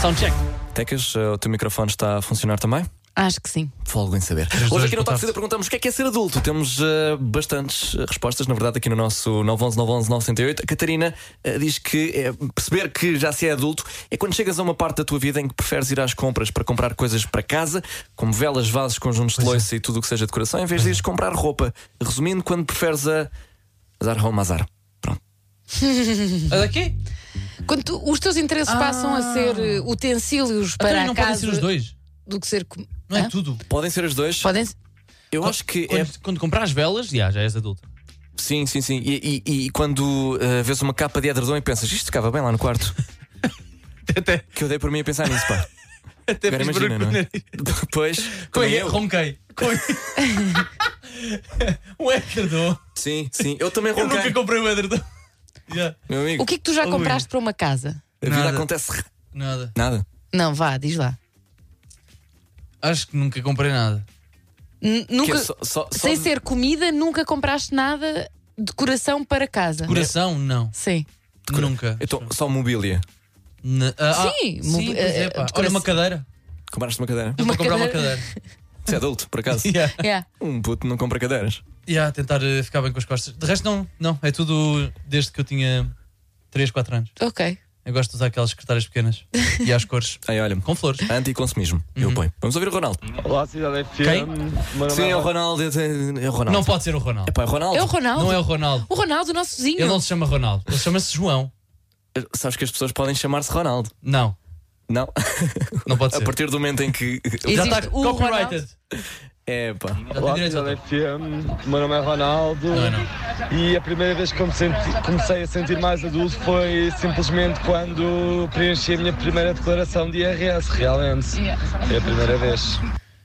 [SPEAKER 5] Soundcheck.
[SPEAKER 3] Tecas, eh, o teu microfone está a funcionar também?
[SPEAKER 4] Acho que sim.
[SPEAKER 3] Folgo em saber. Hoje aqui no Top de Saída perguntamos o que é que é ser adulto. Temos eh, bastantes eh, respostas, na verdade, aqui no nosso 911 911 908. A Catarina eh, diz que eh, perceber que já se é adulto é quando chegas a uma parte da tua vida em que preferes ir às compras para comprar coisas para casa, como velas, vasos, conjuntos de loiça e tudo o que seja decoração, em vez de ires comprar roupa. Resumindo, quando preferes a azar home azar.
[SPEAKER 5] Daqui?
[SPEAKER 4] Quando tu- os teus interesses passam a ser eh, utensílios
[SPEAKER 5] Ah. Então,
[SPEAKER 4] para
[SPEAKER 5] não
[SPEAKER 4] a
[SPEAKER 5] podem
[SPEAKER 4] casa
[SPEAKER 5] ser os dois?
[SPEAKER 4] do que ser com-
[SPEAKER 5] Não é
[SPEAKER 4] Hã?
[SPEAKER 5] tudo.
[SPEAKER 3] Podem ser os dois?
[SPEAKER 4] Podem ser.
[SPEAKER 3] Eu acho que é-
[SPEAKER 5] quando, quando comprar as velas, já, já és adulto.
[SPEAKER 3] Sim, sim, sim. E, e- e quando eh, vês uma capa de edredom e pensas, isto ficava bem lá no quarto. Que eu dei por mim a pensar nisso, pá.
[SPEAKER 5] Até
[SPEAKER 3] Agora
[SPEAKER 5] fiz
[SPEAKER 3] imagina,
[SPEAKER 5] barulho
[SPEAKER 3] não
[SPEAKER 5] com o
[SPEAKER 3] é? Depois.
[SPEAKER 5] Com
[SPEAKER 3] como
[SPEAKER 5] eu
[SPEAKER 3] eu.
[SPEAKER 5] ronquei. Com... um edredom.
[SPEAKER 3] Sim, sim. Eu também
[SPEAKER 5] Eu
[SPEAKER 3] ronquei.
[SPEAKER 5] nunca comprei um edredom. Já.
[SPEAKER 3] Meu amigo.
[SPEAKER 4] O que é que tu já
[SPEAKER 5] Ui.
[SPEAKER 4] compraste para uma casa?
[SPEAKER 3] A vida
[SPEAKER 5] Nada.
[SPEAKER 3] acontece. r-
[SPEAKER 5] Nada.
[SPEAKER 3] Nada.
[SPEAKER 4] Não, vá, diz lá.
[SPEAKER 5] Acho que nunca comprei nada.
[SPEAKER 4] N- nunca,
[SPEAKER 5] Que é só- só- só
[SPEAKER 4] sem
[SPEAKER 5] de-
[SPEAKER 4] ser comida, nunca compraste nada de coração para casa.
[SPEAKER 5] Coração, não.
[SPEAKER 4] Sim.
[SPEAKER 5] Nunca.
[SPEAKER 3] Então, só mobília.
[SPEAKER 5] Na- ah, ah,
[SPEAKER 4] Sim,
[SPEAKER 5] sim,
[SPEAKER 4] mo-
[SPEAKER 5] pois é,
[SPEAKER 4] eh,
[SPEAKER 5] pá.
[SPEAKER 4] de
[SPEAKER 5] Olha
[SPEAKER 4] coração.
[SPEAKER 5] uma cadeira.
[SPEAKER 3] Compraste uma cadeira?
[SPEAKER 5] Eu vou comprar uma
[SPEAKER 4] cadeira.
[SPEAKER 5] cadeira.
[SPEAKER 3] Você é adulto, por acaso?
[SPEAKER 5] Yeah.
[SPEAKER 4] Yeah.
[SPEAKER 3] Um puto não compra cadeiras.
[SPEAKER 5] Yeah, tentar eh, ficar bem com as costas. De resto, não, não. É tudo desde que eu tinha 3, 4 anos.
[SPEAKER 4] Ok.
[SPEAKER 5] Eu gosto de usar aquelas secretárias pequenas e às cores.
[SPEAKER 3] Aí, olha.
[SPEAKER 5] Com flores.
[SPEAKER 3] Anticonsumismo. Eu
[SPEAKER 5] Uhum.
[SPEAKER 3] ponho. Vamos ouvir o Ronaldo.
[SPEAKER 12] Olá, Cidade FM.
[SPEAKER 5] Quem?
[SPEAKER 12] Meu
[SPEAKER 3] Sim,
[SPEAKER 12] nome
[SPEAKER 3] é o Ronaldo. É é o Ronaldo.
[SPEAKER 5] Não pode ser o Ronaldo.
[SPEAKER 3] É pá, é o Ronaldo.
[SPEAKER 4] É o Ronaldo.
[SPEAKER 5] Não é o Ronaldo.
[SPEAKER 4] O Ronaldo, o nosso vizinho.
[SPEAKER 5] Ele não se chama Ronaldo. Ele chama-se João.
[SPEAKER 3] Eh, Sabes que as pessoas podem chamar-se Ronaldo.
[SPEAKER 5] Não.
[SPEAKER 3] Não?
[SPEAKER 5] Não pode
[SPEAKER 3] A
[SPEAKER 5] ser.
[SPEAKER 3] partir do momento em que.
[SPEAKER 5] Já
[SPEAKER 4] Existe
[SPEAKER 5] está
[SPEAKER 4] o
[SPEAKER 5] copyrighted.
[SPEAKER 3] Epá.
[SPEAKER 13] Olá, Vila FM, meu nome é Ronaldo e a primeira vez que eu me senti- comecei a sentir mais adulto foi simplesmente quando preenchi a minha primeira declaração de IRS, realmente. Foi a primeira vez.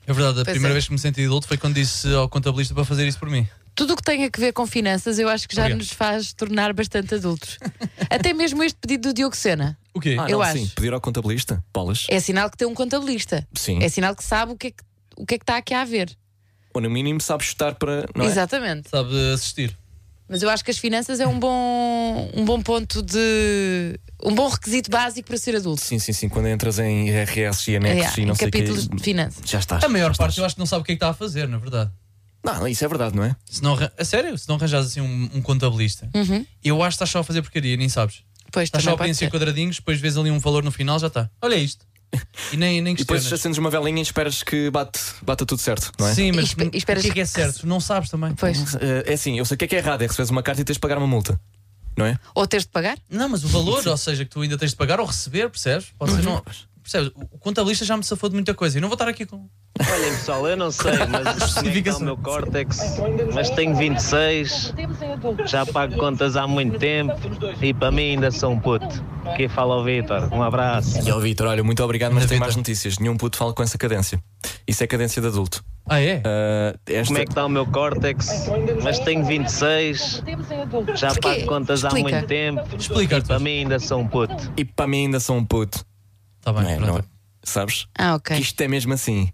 [SPEAKER 5] É verdade, a
[SPEAKER 4] Pois
[SPEAKER 5] primeira
[SPEAKER 4] é.
[SPEAKER 5] vez que me senti adulto foi quando disse ao contabilista para fazer isso por mim.
[SPEAKER 4] Tudo o que tem a ver com finanças eu acho que já
[SPEAKER 5] Obrigado.
[SPEAKER 4] nos faz tornar bastante adultos. Até mesmo este pedido do Diogo Sena.
[SPEAKER 5] O quê?
[SPEAKER 3] Ah,
[SPEAKER 4] eu
[SPEAKER 3] não,
[SPEAKER 4] acho.
[SPEAKER 3] sim. Pedir ao contabilista, bolas.
[SPEAKER 4] É sinal que tem um contabilista.
[SPEAKER 3] Sim.
[SPEAKER 4] É sinal que sabe o que é que, o que, é que está aqui a haver.
[SPEAKER 3] Ou no mínimo sabe chutar para. Não é?
[SPEAKER 4] Exatamente.
[SPEAKER 5] Sabe assistir.
[SPEAKER 4] Mas eu acho que as finanças é um bom, um bom ponto de. um bom requisito básico para ser adulto.
[SPEAKER 3] Sim, sim, sim. Quando entras em IRS e anexos
[SPEAKER 4] É,
[SPEAKER 3] e
[SPEAKER 4] em
[SPEAKER 3] não sei o quê.
[SPEAKER 4] capítulos de finanças.
[SPEAKER 3] Já estás.
[SPEAKER 5] A maior parte eu acho que não sabe o que é que está a fazer, na verdade.
[SPEAKER 3] Não, isso é verdade, não é?
[SPEAKER 5] Se não, arran- a sério, se não arranjas assim um, um contabilista,
[SPEAKER 4] Uhum.
[SPEAKER 5] eu acho que estás só a fazer porcaria, nem sabes.
[SPEAKER 4] Pois,
[SPEAKER 5] estás
[SPEAKER 4] também
[SPEAKER 5] só a
[SPEAKER 4] pode
[SPEAKER 5] preencher
[SPEAKER 4] ser.
[SPEAKER 5] quadradinhos, depois vês ali um valor no final, já está. Olha isto. E nem, nem
[SPEAKER 3] E depois
[SPEAKER 5] questionas.
[SPEAKER 3] acendes uma velinha e esperas que bate, bata tudo certo, não é?
[SPEAKER 5] Sim, mas
[SPEAKER 4] espe- e
[SPEAKER 5] o
[SPEAKER 4] esperas
[SPEAKER 5] que é que é
[SPEAKER 4] que-
[SPEAKER 5] certo? Não sabes também.
[SPEAKER 3] Eh, É assim, eu sei o que é que é errado, é receberes uma carta e tens de pagar uma multa, não é?
[SPEAKER 4] Ou teres de pagar?
[SPEAKER 5] Não, mas o valor, ou seja, que tu ainda tens de pagar ou receber, percebes? Pode
[SPEAKER 3] Uhum.
[SPEAKER 5] ser, não, percebes? O o contabilista já me safou de muita coisa. Eu não vou estar aqui com.
[SPEAKER 14] Olhem pessoal, eu não sei, mas como é que está o meu córtex, mas tenho 26, já pago contas há muito tempo e para mim ainda sou um puto. Aqui fala o Vitor, um abraço.
[SPEAKER 3] E ao Vitor, olha, muito obrigado, mas tem mais notícias. Nenhum puto fala com essa cadência. Isso é cadência de adulto. Eh,
[SPEAKER 5] Ah, é?
[SPEAKER 14] Como é que está o meu córtex, mas tenho 26, já pago contas há muito tempo e para mim ainda sou um puto.
[SPEAKER 3] E para mim ainda sou um puto.
[SPEAKER 5] Tá bem,
[SPEAKER 3] não é, não é? Sabes?
[SPEAKER 4] Ah, ok.
[SPEAKER 3] Que isto é mesmo assim.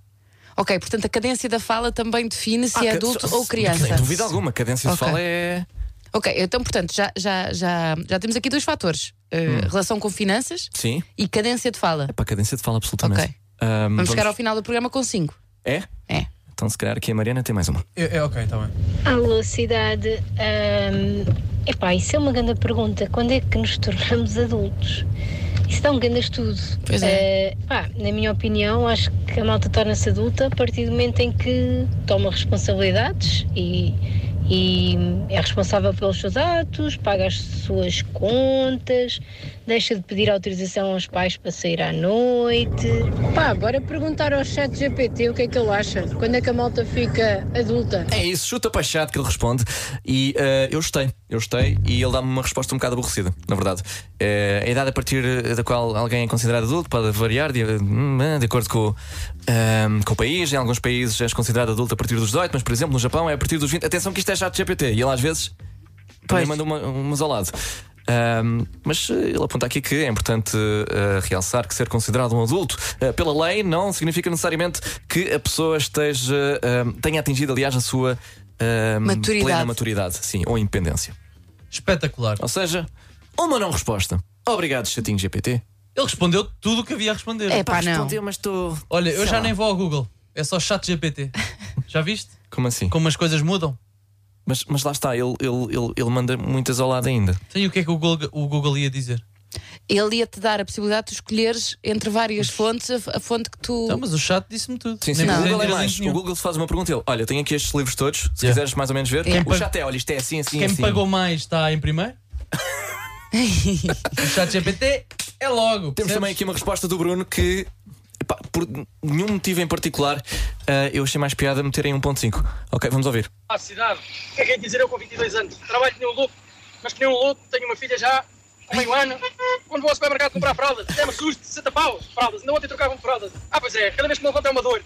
[SPEAKER 4] Ok, portanto a cadência da fala também define se
[SPEAKER 3] Ah,
[SPEAKER 4] é
[SPEAKER 3] ca-
[SPEAKER 4] adulto
[SPEAKER 3] só-
[SPEAKER 4] ou criança.
[SPEAKER 3] Sem dúvida alguma, cadência de
[SPEAKER 4] Ok.
[SPEAKER 3] fala é.
[SPEAKER 4] Ok, então portanto já, já, já, já temos aqui dois fatores: Uh, relação com finanças
[SPEAKER 3] Sim.
[SPEAKER 4] e cadência de fala.
[SPEAKER 3] Para cadência de fala, absolutamente.
[SPEAKER 4] Ok.
[SPEAKER 3] Ahm,
[SPEAKER 4] Vamos, chegar ao final do programa com cinco.
[SPEAKER 3] É?
[SPEAKER 4] É.
[SPEAKER 3] Então, se calhar aqui a Mariana tem mais uma.
[SPEAKER 5] É, é ok, está bem.
[SPEAKER 15] Alô, cidade. Ahm, epá, isso é uma grande pergunta. Quando é que nos tornamos adultos? Isso dá um grande estudo.
[SPEAKER 16] Pois
[SPEAKER 15] Eh, pá, na minha opinião, acho que a malta torna-se adulta a partir do momento em que toma responsabilidades e, e é responsável pelos seus atos, paga as suas contas, deixa de pedir autorização aos pais para sair à noite.
[SPEAKER 16] Pá, agora perguntar ao chat GPT o que é que ele acha. Quando é que a malta fica adulta?
[SPEAKER 3] É isso, chuta para chato que ele responde. E eh, eu gostei, eu gostei, e ele dá-me uma resposta um bocado aborrecida, na verdade. Eh, a idade a partir eh, da qual alguém é considerado adulto pode variar de, hum, de acordo com, o, ehm, com o país. Em alguns países és considerado adulto a partir dos 18, mas por exemplo no Japão é a partir dos 20. Atenção que isto é chato GPT, e ele às vezes também manda uma, umas ao lado. Ahm, mas eh, ele aponta aqui que é importante eh, realçar que ser considerado um adulto eh, pela lei não significa necessariamente que a pessoa esteja ahm, tenha atingido, aliás, a sua ahm,
[SPEAKER 5] Maturidade.
[SPEAKER 3] plena maturidade, sim, ou independência.
[SPEAKER 5] Espetacular.
[SPEAKER 3] Ou seja, uma não resposta. Obrigado, chatinho GPT.
[SPEAKER 5] Ele respondeu tudo o que havia a responder.
[SPEAKER 3] É pá, Pá, não. respondeu, mas estou.
[SPEAKER 5] Olha, eu
[SPEAKER 3] sei
[SPEAKER 5] já
[SPEAKER 3] lá.
[SPEAKER 5] nem vou ao Google. É só chat GPT. já viste?
[SPEAKER 3] Como assim?
[SPEAKER 5] Como as coisas mudam.
[SPEAKER 3] Mas, mas lá está, ele, ele, ele, ele manda muitas ao lado ainda.
[SPEAKER 5] Então, e o que é que o Google, o Google ia dizer?
[SPEAKER 4] Ele ia-te dar a possibilidade de tu escolheres entre várias fontes a, a fonte que tu.
[SPEAKER 5] Não, Então, mas o chat disse-me tudo.
[SPEAKER 3] Sim, sim.
[SPEAKER 5] Nem
[SPEAKER 3] O
[SPEAKER 5] precisei
[SPEAKER 3] Google é
[SPEAKER 5] dizer
[SPEAKER 3] mais.
[SPEAKER 5] nenhum.
[SPEAKER 3] O Google se faz uma pergunta e ele: Olha, tenho aqui estes livros todos. Se quiseres mais ou menos ver,
[SPEAKER 5] Quem
[SPEAKER 3] o
[SPEAKER 5] pag-
[SPEAKER 3] chat é: Olha, isto é assim, assim,
[SPEAKER 5] Quem
[SPEAKER 3] assim.
[SPEAKER 5] pagou mais está em primeiro? o chat GPT é logo.
[SPEAKER 3] Temos também aqui uma resposta do Bruno que, epá, por nenhum motivo em particular, ah, eu achei mais piada meter em 1.5. Ok, vamos ouvir.
[SPEAKER 17] à cidade. O que é que é dizer eu com 22 anos? Trabalho que nem um louco, mas que nem um louco, tenho uma filha já há meio ano. Quando vou ao supermercado comprar fraldas, é até me assusto, 60 paus, fraldas, ainda ontem trocavam de fraldas. Ah, pois é, cada vez que me levanto é uma dor.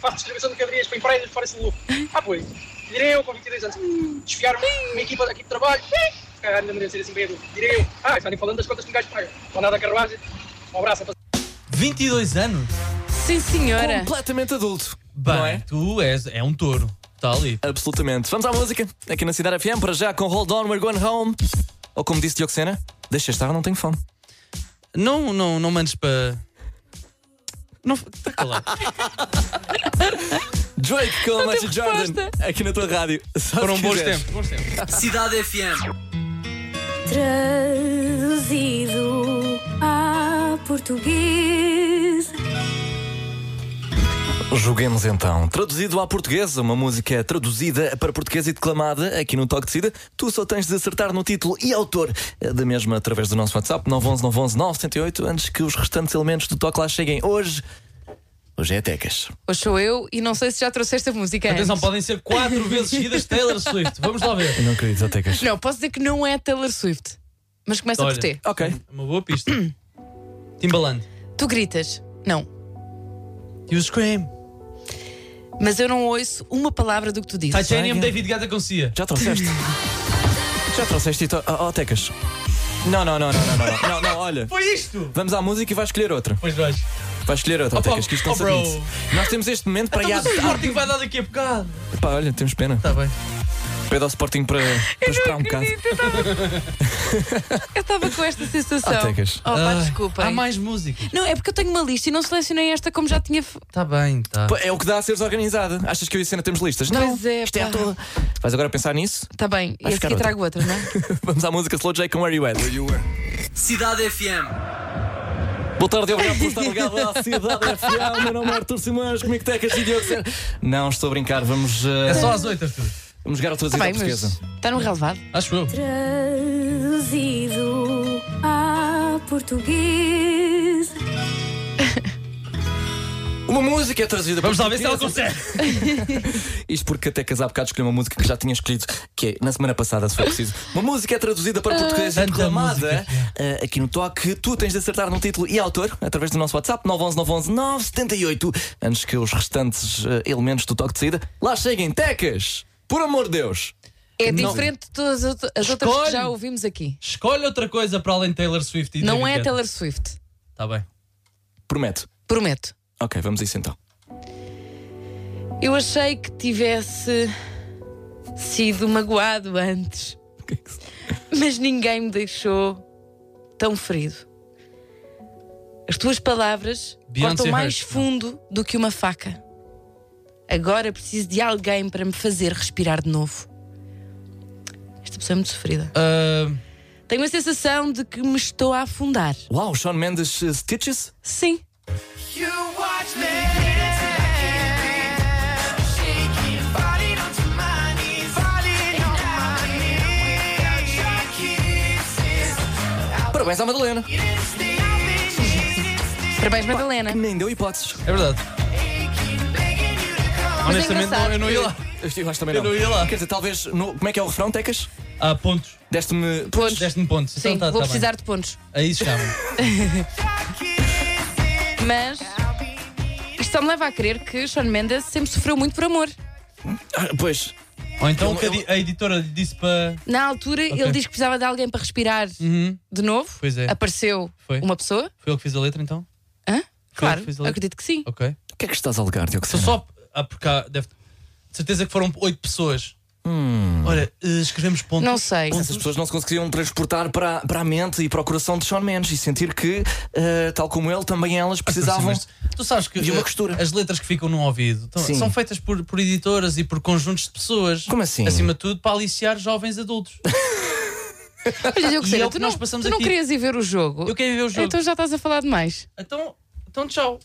[SPEAKER 17] Faço distribuição de cadeias para empresas fora esse louco. Ah, pois, direi eu com 22 anos, hum, desfiaram-me uma equipa aqui de trabalho. Hum, Caralho, ainda me deve ser assim bem adulto. Direi eu, ah, estão falando das contas que um gajo paga. Mandado a carruagem, um abraço.
[SPEAKER 5] 22 anos?
[SPEAKER 4] Sim, senhora.
[SPEAKER 3] Completamente adulto.
[SPEAKER 5] Bem, tu és é um touro. Está ali.
[SPEAKER 3] Absolutamente. Vamos à música, aqui na Cidade FM, para já com Hold On, We're Going Home. Ou como disse Dioxena, deixa estar, não tenho fome.
[SPEAKER 5] Não, não, não mandes para. Não. Está calado.
[SPEAKER 3] Drake com Magic Jordan, aqui na tua rádio. Só se
[SPEAKER 5] Foram bons
[SPEAKER 3] quiseres.
[SPEAKER 5] tempos, bons tempos.
[SPEAKER 1] Cidade FM.
[SPEAKER 18] Traduzido a português.
[SPEAKER 3] Joguemos então. Traduzido à portuguesa, uma música traduzida para português e declamada aqui no Toque de Cida. Tu só tens de acertar no título e autor eh, da mesma através do nosso WhatsApp 911 911 978 antes que os restantes elementos do Toque lá cheguem. Hoje Hoje é Tecas.
[SPEAKER 4] Hoje sou eu e não sei se já trouxe esta música.
[SPEAKER 5] Atenção,
[SPEAKER 4] antes.
[SPEAKER 5] podem ser quatro vezes seguidas Taylor Swift. Vamos lá ver.
[SPEAKER 3] Eu não acredito, Tecas.
[SPEAKER 4] Não, posso dizer que não é Taylor Swift, mas começa
[SPEAKER 5] Olha,
[SPEAKER 4] por T.
[SPEAKER 3] Ok.
[SPEAKER 5] É Uma boa pista. Timbaland.
[SPEAKER 4] Tu gritas, não.
[SPEAKER 5] You scream.
[SPEAKER 4] Mas eu não ouço uma palavra do que tu dizes.
[SPEAKER 5] Titanium, David Guetta com Cia.
[SPEAKER 3] Já trouxeste? Já trouxeste Tito? Oh, oh, Tecas. Não, não, não, não, não, não, não, não, olha.
[SPEAKER 5] Foi isto!
[SPEAKER 3] Vamos à música e vais escolher outra.
[SPEAKER 5] Pois vais.
[SPEAKER 3] Vais escolher outra,
[SPEAKER 5] Oh, pá,
[SPEAKER 3] Tecas, que isto não
[SPEAKER 5] oh,
[SPEAKER 3] se
[SPEAKER 5] bro.
[SPEAKER 3] admite. Nós temos este momento para ir
[SPEAKER 5] Então,
[SPEAKER 3] à-
[SPEAKER 5] mas o Sporting vai dar daqui a bocado. Tá
[SPEAKER 3] Pá, olha, temos pena. Está
[SPEAKER 5] bem.
[SPEAKER 3] Pede ao Sporting para, para esperar um bocado.
[SPEAKER 4] Eu estava com esta sensação.
[SPEAKER 3] Ah, tecas.
[SPEAKER 4] Oh, pá,
[SPEAKER 5] Ai,
[SPEAKER 4] desculpem.
[SPEAKER 5] há mais música.
[SPEAKER 4] Não, é porque eu tenho uma lista e não selecionei esta como já tinha. fe-
[SPEAKER 5] Está Tá bem, está.
[SPEAKER 3] Pô, É o que dá a seres organizada. Achas que eu e a cena temos listas? Não.
[SPEAKER 4] Pois é, pá.
[SPEAKER 3] Vais agora pensar nisso?
[SPEAKER 4] Está Tá bem,
[SPEAKER 3] Vai
[SPEAKER 4] e a
[SPEAKER 3] ficar
[SPEAKER 4] seguir
[SPEAKER 3] outra.
[SPEAKER 4] trago outra, não é?
[SPEAKER 3] Vamos à música Slow J com Where You At.
[SPEAKER 1] Cidade FM.
[SPEAKER 3] Boa tarde, obrigado por estar ligado à Cidade FM. Meu nome é Artur Simões, comigo Tecas e Diogo Sena. Não, estou a brincar, vamos. eh,
[SPEAKER 5] É só Ah, às oito, Arthur.
[SPEAKER 3] Vamos jogar outra
[SPEAKER 4] Está
[SPEAKER 3] vez à
[SPEAKER 4] bem,
[SPEAKER 3] portuguesa.
[SPEAKER 4] mas está no relevado.
[SPEAKER 5] Acho eu.
[SPEAKER 18] Traduzido a português.
[SPEAKER 3] Uma música é trazida
[SPEAKER 5] Vamos
[SPEAKER 3] por
[SPEAKER 5] lá ver se ela
[SPEAKER 3] portuguesa.
[SPEAKER 5] consegue.
[SPEAKER 3] Isto porque até casar bocado escolheu uma música que já tinha escolhido, que é na semana passada, se for preciso. Uma música é traduzida para português e
[SPEAKER 5] Ah, Tanta
[SPEAKER 3] reclamada
[SPEAKER 5] música.
[SPEAKER 3] eh, aqui no Toque. Tu tens de acertar no título e autor através do nosso WhatsApp 911 911 978 antes que os restantes eh, elementos do Toque de Saída lá cheguem. Tecas! Por amor de Deus!
[SPEAKER 4] É
[SPEAKER 3] Não.
[SPEAKER 4] diferente de todas as out- as outras que
[SPEAKER 5] Escolhe.
[SPEAKER 4] já ouvimos aqui.
[SPEAKER 5] Escolhe outra coisa para além de Taylor Swift e
[SPEAKER 4] Não é Taylor Swift.
[SPEAKER 5] Está bem.
[SPEAKER 3] Prometo.
[SPEAKER 4] Prometo.
[SPEAKER 3] Ok, vamos a isso então.
[SPEAKER 4] Eu achei que tivesse sido magoado antes.
[SPEAKER 5] é
[SPEAKER 4] Mas ninguém me deixou tão ferido. As tuas palavras
[SPEAKER 5] Beyoncé
[SPEAKER 4] cortam mais
[SPEAKER 5] Hurt.
[SPEAKER 4] fundo do que uma faca. Agora preciso de alguém para me fazer respirar de novo. Esta pessoa é muito sofrida.
[SPEAKER 5] Ah,
[SPEAKER 4] Tenho a sensação de que me estou a afundar.
[SPEAKER 3] Uau, Sean Mendes eh, Stitches?
[SPEAKER 4] Sim.
[SPEAKER 3] Parabéns à Madalena.
[SPEAKER 4] Parabéns, Madalena.
[SPEAKER 3] Nem deu hipóteses.
[SPEAKER 5] É verdade.
[SPEAKER 4] Mas é
[SPEAKER 5] Honestamente,
[SPEAKER 4] engraçado
[SPEAKER 5] não, eu não ia lá.
[SPEAKER 3] Eu acho também
[SPEAKER 5] Eu não ia lá.
[SPEAKER 3] Quer dizer, talvez. no- como é que é o refrão, Tecas?
[SPEAKER 5] Há pontos.
[SPEAKER 3] Deste-me.
[SPEAKER 4] Pontos.
[SPEAKER 5] Deste-me pontos.
[SPEAKER 4] Sim,
[SPEAKER 5] então tá,
[SPEAKER 4] vou
[SPEAKER 5] tá
[SPEAKER 4] precisar de pontos.
[SPEAKER 5] Bem. É isso chama.
[SPEAKER 4] Mas isto só me leva a crer que Sean Mendes sempre sofreu muito por amor.
[SPEAKER 3] Ah, pois.
[SPEAKER 5] Ou então o que a di- a editora lhe disse para.
[SPEAKER 4] Na altura,
[SPEAKER 5] Ok.
[SPEAKER 4] ele diz que precisava de alguém para respirar
[SPEAKER 5] Uhum.
[SPEAKER 4] de novo.
[SPEAKER 5] Pois é.
[SPEAKER 4] Apareceu
[SPEAKER 5] Foi.
[SPEAKER 4] uma pessoa.
[SPEAKER 5] Foi eu que fiz a letra então?
[SPEAKER 4] Hã? Claro,
[SPEAKER 5] fiz a letra.
[SPEAKER 4] acredito que sim.
[SPEAKER 5] Ok.
[SPEAKER 3] O que é que estás a alegar, Diogo?
[SPEAKER 5] Só só. Ah, porque há, deve. De certeza que foram oito pessoas.
[SPEAKER 3] Hum.
[SPEAKER 5] Olha, eh, escrevemos pontos.
[SPEAKER 4] Não sei.
[SPEAKER 3] Essas pessoas não se conseguiam transportar para, a- para a mente e para o coração de Sean Mendes e sentir que, eh, tal como ele, também elas precisavam.
[SPEAKER 5] um, Mas Tu sabes que
[SPEAKER 3] De uma
[SPEAKER 5] eh,
[SPEAKER 3] costura.
[SPEAKER 5] as letras que ficam no ouvido então,
[SPEAKER 3] Sim.
[SPEAKER 5] são feitas por, por editoras e por conjuntos de pessoas.
[SPEAKER 3] Como assim?
[SPEAKER 5] Acima de tudo, para aliciar jovens adultos.
[SPEAKER 4] Mas eu que
[SPEAKER 5] E
[SPEAKER 4] sei,
[SPEAKER 5] é o
[SPEAKER 4] tu,
[SPEAKER 5] que
[SPEAKER 4] não,
[SPEAKER 5] nós passamos
[SPEAKER 4] tu não
[SPEAKER 5] aqui.
[SPEAKER 4] querias ir ver o jogo.
[SPEAKER 5] Eu quero ver o jogo.
[SPEAKER 4] Então já estás a falar demais.
[SPEAKER 5] Então, então tchau.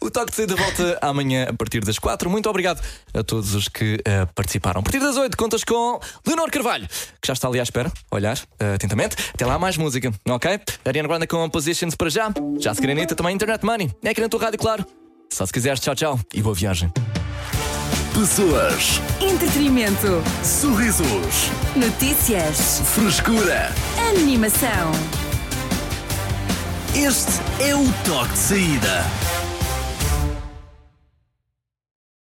[SPEAKER 3] O Toque de Saída volta amanhã a partir das 4. Muito obrigado a todos os que eh, participaram. A partir das 8, contas com Leonor Carvalho, que já está ali à espera, a olhar eh, atentamente. Até lá, mais música, ok? Ariana Grande com Positions para já. Já se quer Anitta, também Internet Money. É aqui na tua rádio, claro. Só se quiseres, tchau, tchau e boa viagem.
[SPEAKER 1] Pessoas,
[SPEAKER 2] Entretenimento.
[SPEAKER 1] sorrisos,
[SPEAKER 2] Notícias.
[SPEAKER 1] frescura.
[SPEAKER 2] Animação.
[SPEAKER 1] Este é o toque de saída.